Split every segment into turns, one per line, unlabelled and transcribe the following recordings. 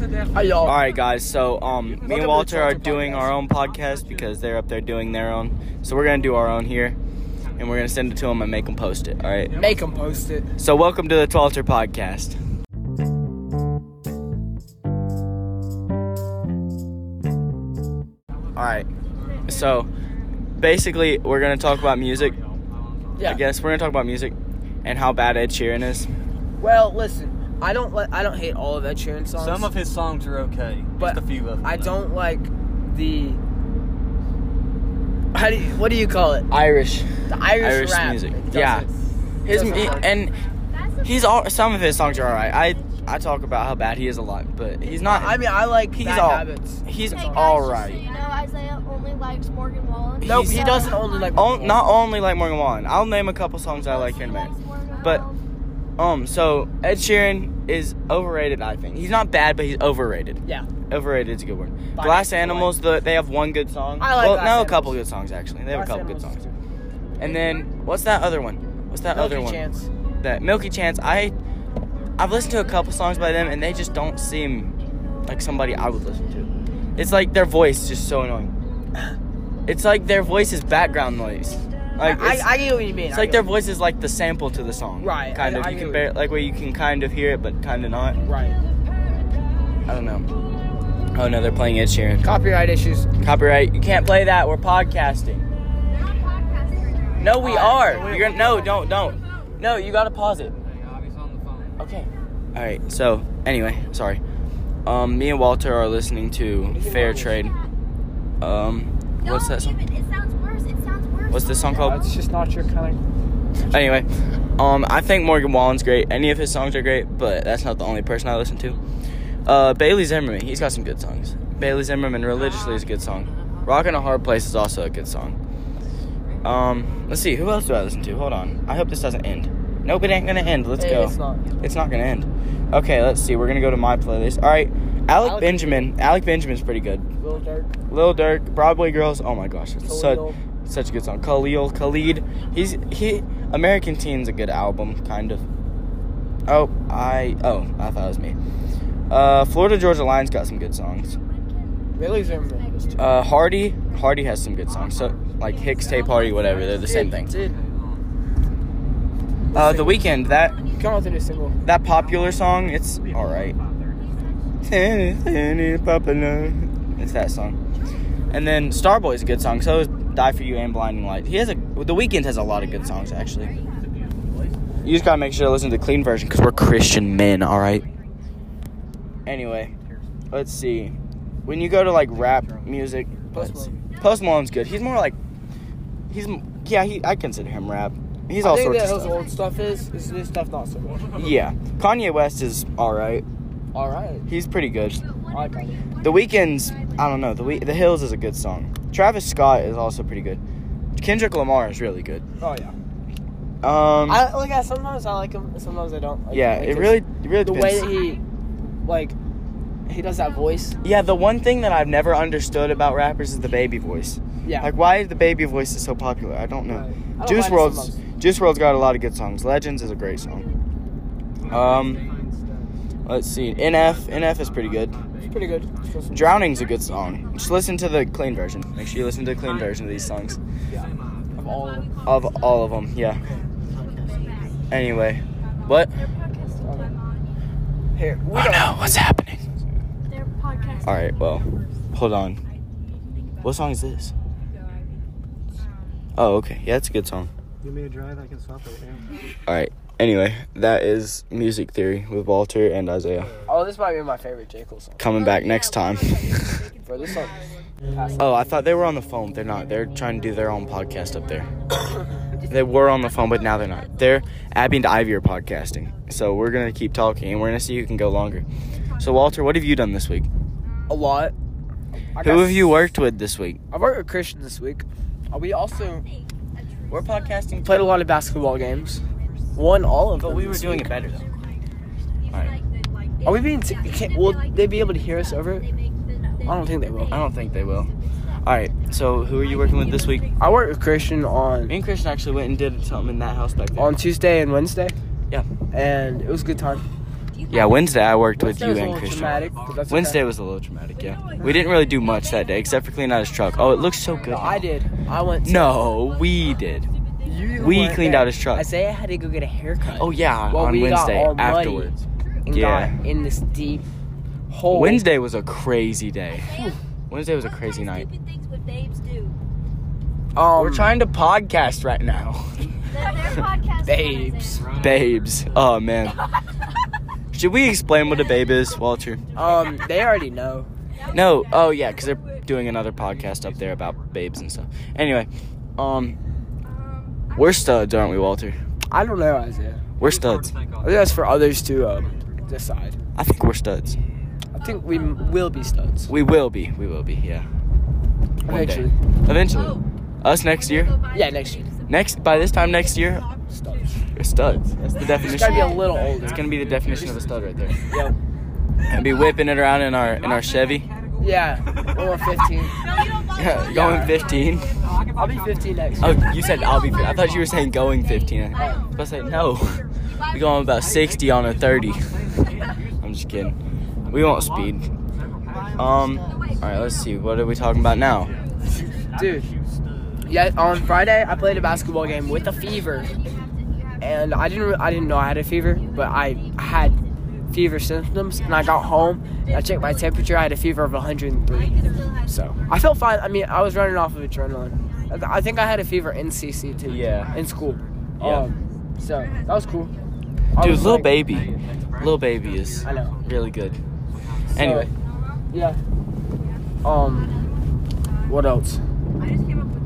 Hi, y'all.
All right, guys. So, um, me and Walter are doing our own podcast because they're up there doing their own. So we're gonna do our own here, and we're gonna send it to them and make them post it. All right.
Make them post it.
So welcome to the Twalter podcast. All right. So basically, we're gonna talk about music.
Yeah.
I guess we're gonna talk about music and how bad Ed Sheeran is.
Well, listen, I don't li- I don't hate all of Ed Sheeran songs.
Some of his songs are okay.
But
Just a few of them.
I
though.
don't like the. How do you, what do you call it?
Irish.
The Irish,
Irish
rap.
music.
It
Yeah.
doesn't-
His
doesn't
he,
work.
and he's all some of his songs are all right. I I talk about how bad he is a lot, but he's not.
I mean, I like
he's
Bad
all
Habits.
he's
Hey, guys,
all
just So
right.
you know, Isaiah only likes Morgan Wallen.
Nope,
he's-
he doesn't only like.
Oh, not only like Morgan Wallen. I'll name a couple songs I like here in a
He likes
minute.
Morgan
But-
Wallen.
Um, so Ed Sheeran is overrated. I think he's not bad, but he's overrated.
Yeah.
Overrated is a good word.
But
Glass
I like-
Animals, the, they have one good song.
I like
well,
Glass
no,
Animals.
a couple good songs actually. They have
Glass
a couple good
Animals is
songs. And then what's that other one? What's that
Milky
other one?
Chance.
that Milky Chance, I I've listened to a couple songs by them and they just don't seem like somebody I would listen to. It's like their voice is just so annoying. It's like their voice is background noise. Like
I,
it's,
I get what you mean.
it's
I
like
get
their
what
voice is like the sample to the song.
Right,
Kind
I-
of.
I
you
get
can
what
bear,
you-
like where you can kind of hear it but kind of not.
you- Right.
I don't know. Oh no, they're playing Ed Sheeran.
Copyright issues.
Copyright. You can't play that. We're podcasting.
We're not podcasting right now.
No, we
All right,
are.
so we-
You're no, don't, don't. No, you gotta pause it.
Okay.
All right. So anyway, sorry. Um, me and Walter are listening to Fair Trade. Um,
No,
what's that song?
Even, it sounds worse. It sounds worse.
What's this song called?
That's just not your kind.
Anyway, um, I think Morgan Wallen's great. Any of his songs are great, but that's not the only person I listen to. Uh, Bailey Zimmerman, he's got some good songs. Bailey Zimmerman, religiously is a good song. Rockin' a Hard Place is also a good song. Um, let's see, who else do I listen to? Hold on. I hope this doesn't end. Nope, it ain't gonna end. Let's
Hey,
go.
it's not.
It's not gonna end. Okay, let's see. We're gonna go to my playlist. All right, Alec,
Alec-
Benjamin. Alec Benjamin's pretty good.
Lil Durk.
Lil Durk, Broadway Girls. Oh my gosh, it's such
Khalil.
such a good song. Khalil, Khalid. He's he. American Teen's a good album, kind of. Oh, I oh I thought it was me. Uh, Florida Georgia Line's got some good songs.
Bailey Zimmerman was too.
Uh, Hardy Hardy has some good songs. So like Hicks Tape Hardy, whatever. They're the same thing.
Dude,
Uh, the Weekend that
come out with a new single.
that popular song. It's all right. Popular. It's that song. And then Starboy's a good song. So is Die for You and Blinding Light. He has a The Weeknd has a lot of good songs actually. You just gotta make sure to listen to the clean version because we're Christian men. All right. Anyway, let's see. When you go to like rap music,
Post
let's-
Malone.
Post Malone's good. He's more like he's m- yeah. He I consider him rap. He's all
I think that
sorts of
his
stuff.
old stuff is. His new stuff not so much.
Yeah, Kanye West is all right.
All right.
He's pretty good.
I like him.
The Weeknd's, I don't know. The we- The Hills is a good song. Travis Scott is also pretty good. Kendrick Lamar is really good.
Oh yeah.
Um,
I like. I, sometimes I like him. Sometimes I don't. Like
yeah,
him.
it
just-
really, it really
the
depends.
way that he, like, he does that voice.
yeah, the one thing that I've never understood about rappers is the baby voice.
Yeah.
Like, why the baby voice is so popular? I don't know.
Right. I don't
Juice
mind it
World's
sometimes.
Juice World's got a lot of good songs. Legends is a great song. Um, let's see. NF NF is pretty good.
it's pretty good. Just-
Drowning's a good song. Just listen to the clean version. Make sure you listen to the clean version of these songs.
of all of them.
Of all of them, yeah. Anyway, what?
They're podcasting time on.
Here,
Oh,
we don't.
what's happening?
They're podcasting.
All right, well, hold on. What song is this? Oh, okay. Yeah, it's a good song.
You want me to drive? I can swap right now.
All right. Anyway, that is music theory with Walter and Isaiah.
Oh, this might be my favorite J Cole song.
Coming back next time.
Bro, this song. Pass.
oh, I thought they were on the phone. They're not. They're trying to do their own podcast up there. they were on the phone, but now they're not. They're Abby and Ivy are podcasting. So we're gonna keep talking, and we're gonna see who can go longer. So Walter, what have you done this week?
a lot. I
Who
got-
have you worked with this week?
I worked with Christian this week. Uh, We also
We're podcasting.
played a lot of basketball games. Won all of them.
But we were
this
doing
week.
it better though.
Are we being? T- can, will they be able to hear us over? it? I don't think they will.
I don't think they will. All right. So who are you working with this week? Me
I worked with Christian on
and Christian actually went and did something in that house back there.
on Tuesday and Wednesday.
Yeah.
And it was a good time.
you
Yeah, Wednesday I worked with
Wednesday was
you
a
and
little
Christian.
traumatic, but that's okay.
Wednesday was a little traumatic, yeah. We didn't really do much that day except for clean out his truck. Oh, it looks so good.
No, I did. I went. to-
No, we did.
You
we
weren't
cleaned
there.
out his truck.
Isaiah had to go get a haircut.
Oh yeah,
Well,
on
we got
Wednesday
all muddy.
afterwards.
and
yeah.
got in this deep hole.
Wednesday was a crazy day. Wednesday was a crazy night.
Stupid things would babes do.
Um,
We're trying to podcast right now.
Their, their podcast.
babes.
Babes. Oh man. Should we explain what a babe is, Walter?
Um, they already know.
No. Oh yeah, because they're doing another podcast up there about babes and stuff. Anyway, um, we're studs, aren't we, Walter?
I don't know Isaiah.
We're studs.
I think that's for others to um, decide.
I think we're studs.
I think we m- will be studs
We will be. We will be. Yeah. One day.
eventually. Oh.
Eventually. Us next year.
Yeah, next year.
Next by this time next year,
Studs.
we're studs. That's the definition.
It's gotta be a little older.
It's gonna be the definition of a stud right there.
Yep.
And be whipping it around in our in our Chevy.
Yeah. When we're 15.
going 15.
I'll be 15 next year.
Oh, you said I'll be. 15. I thought you were saying going 15. I was about to say no. We going about 60 on a 30. I'm just kidding. We won't speed. Um. All right. Let's see. What are we talking about now?
Dude. Yeah. On Friday, I played a basketball game with a fever, and I didn't. Re- I didn't know I had a fever, but I had fever symptoms, and I got home and I checked my temperature. I had a fever of 103. So I felt fine. I mean, I was running off of adrenaline. I, th- I think I had a fever in CC too.
Yeah.
In school.
Yeah.
Um, so that was cool. I
Dude,
was
little
like-
baby, little baby is
I know.
really good.
So,
Anyway,
yeah. Um, what else?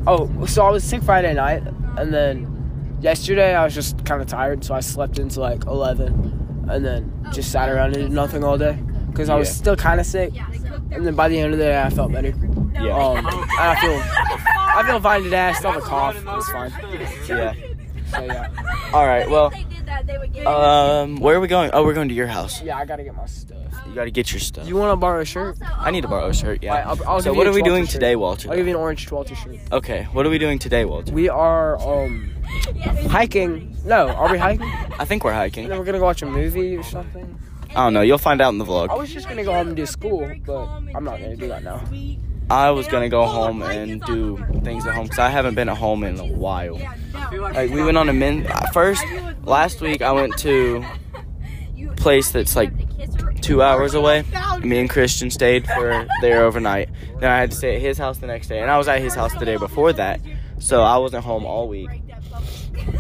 Oh, so I was sick Friday night, and then yesterday I was just kind of tired, so I slept until like 11, and then just sat around and did nothing all day because I was
Yeah.
still kind of sick. And then by the end of the day, I felt better.
yeah,
Um, and I feel I feel fine today. I still have a cough. It's fine.
yeah.
So yeah,
All right. Well,
If they did that, they would get.
um, where are we going? Oh, we're going to your house.
yeah, I gotta get my stuff.
You gotta get your stuff.
You want to borrow a shirt?
uh,
I need to
um,
borrow a
Alright,
shirt. Yeah.
I'll- I'll
So
give
what
you
are
a
we doing
Twilter shirt.
today, Walter?
I'll give you an orange Twelter shirt.
Okay. What are we doing today, Walter?
We are um hiking. No, are we hiking?
I think we're hiking.
And then
I
we're gonna go watch a movie or something.
don't know. You'll find out in the
I
vlog.
was just gonna go home and do school, but I'm not gonna do that now.
I was gonna go home and do things at home because I haven't been at home in a while. Like we went on a men uh, first last week. I went to a place that's like two hours away. Me and Christian stayed for there overnight. Then I had to stay at his house the next day, and I was at his house the day before that, so I wasn't home all week.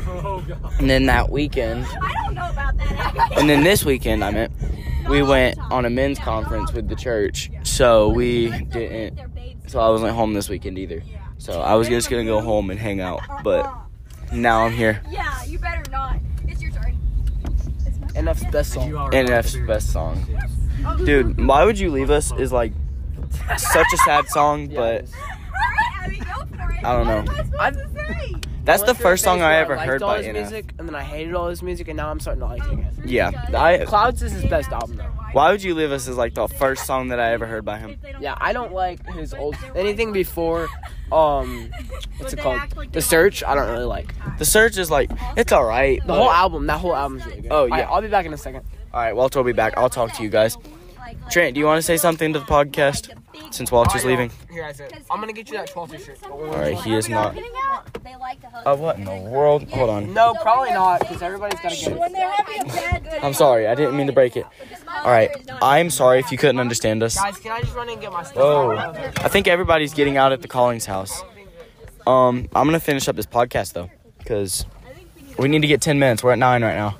Oh,
And then that weekend,
I don't know about that.
and then this weekend, I meant we went on a men's conference with the church, so we didn't
They're babes.
so I wasn't home this weekend either. So I was just gonna go home and hang out, but now I'm here.
Uh-huh. Yeah, you better not. It's your turn.
NF's best song.
NF's best song,
Oh,
dude. Why would you leave us? Is like such a sad song, but
Alright, Abby, go for it.
I don't know.
What am I supposed to say?
that's the
Went through a
first song
phase
I
where
ever
liked
heard
all
by Oh.
his
NF.
music, and then I hated all his music, and now I'm starting to like it.
Oh,
Yeah, I.
Clouds is his best album. Though.
Why would you leave us? Is like the first song that I ever heard by him.
Yeah, I don't like his old anything before. Um, what's it called? The Search. I don't really like
The search is like it's all right.
the whole album. That whole album's really good.
Oh, yeah.
Alright, I'll be back in a second.
All right, Walter will be back. I'll talk to you guys. Trent, do you want to say something to the podcast since Walter's leaving?
Here, I said, I'm gonna get you that 12 shirt.
All right, he is not.
They like to hug.
Uh, what in the world? Hold on.
No, probably not, because everybody's gotta get it.
they're having a bad day.
I'm sorry. I didn't mean to break it. All right. I'm sorry if you couldn't understand us.
Guys, can I just run and get my stuff?
Oh, I think everybody's getting out at the Collings house. Um, I'm gonna finish up this podcast though, cause we need to get 10 minutes. We're at nine right now.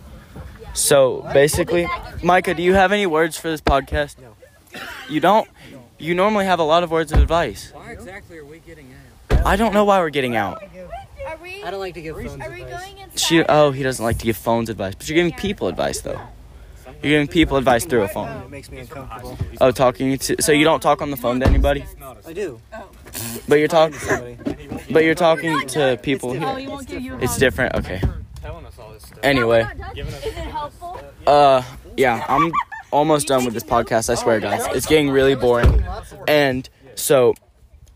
So basically, Micah, do you have any words for this podcast? No. You don't. You normally have a lot of words of advice.
Why exactly are we getting out?
I don't know why we're getting out.
Are we,
I don't like to give phones
are we going inside?
She. Oh, he doesn't like to give phones advice, but you're giving people advice though. You're giving people advice through a phone.
It makes me uncomfortable.
Oh, talking to. So you don't talk on the phone to anybody,
I do.
but you're talking.
Somebody.
But you're talking to people here.
It's different.
It's different. Okay. Anyway,
Is it helpful?
uh, yeah, I'm almost done with this podcast. I swear, guys, it's getting really boring. And so,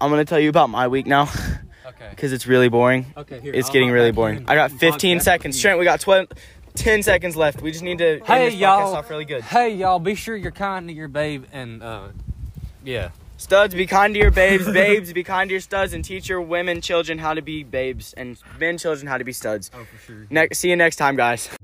I'm gonna tell you about my week now,
Okay.
cause it's really boring.
Okay. Here,
It's
I'll
getting
hop
really
back in
boring.
and
I got
we can talk
15
back.
seconds. Trent, we got 12. Ten seconds left. We just need to end
Hey,
this podcast
y'all.
off really good.
Hey, y'all, be sure you're kind to your babe and, uh, yeah.
Studs, be kind to your babes. babes, be kind to your studs, and teach your women, children how to be babes, and men, children how to be studs.
Oh, for sure.
Ne- see you next time, guys.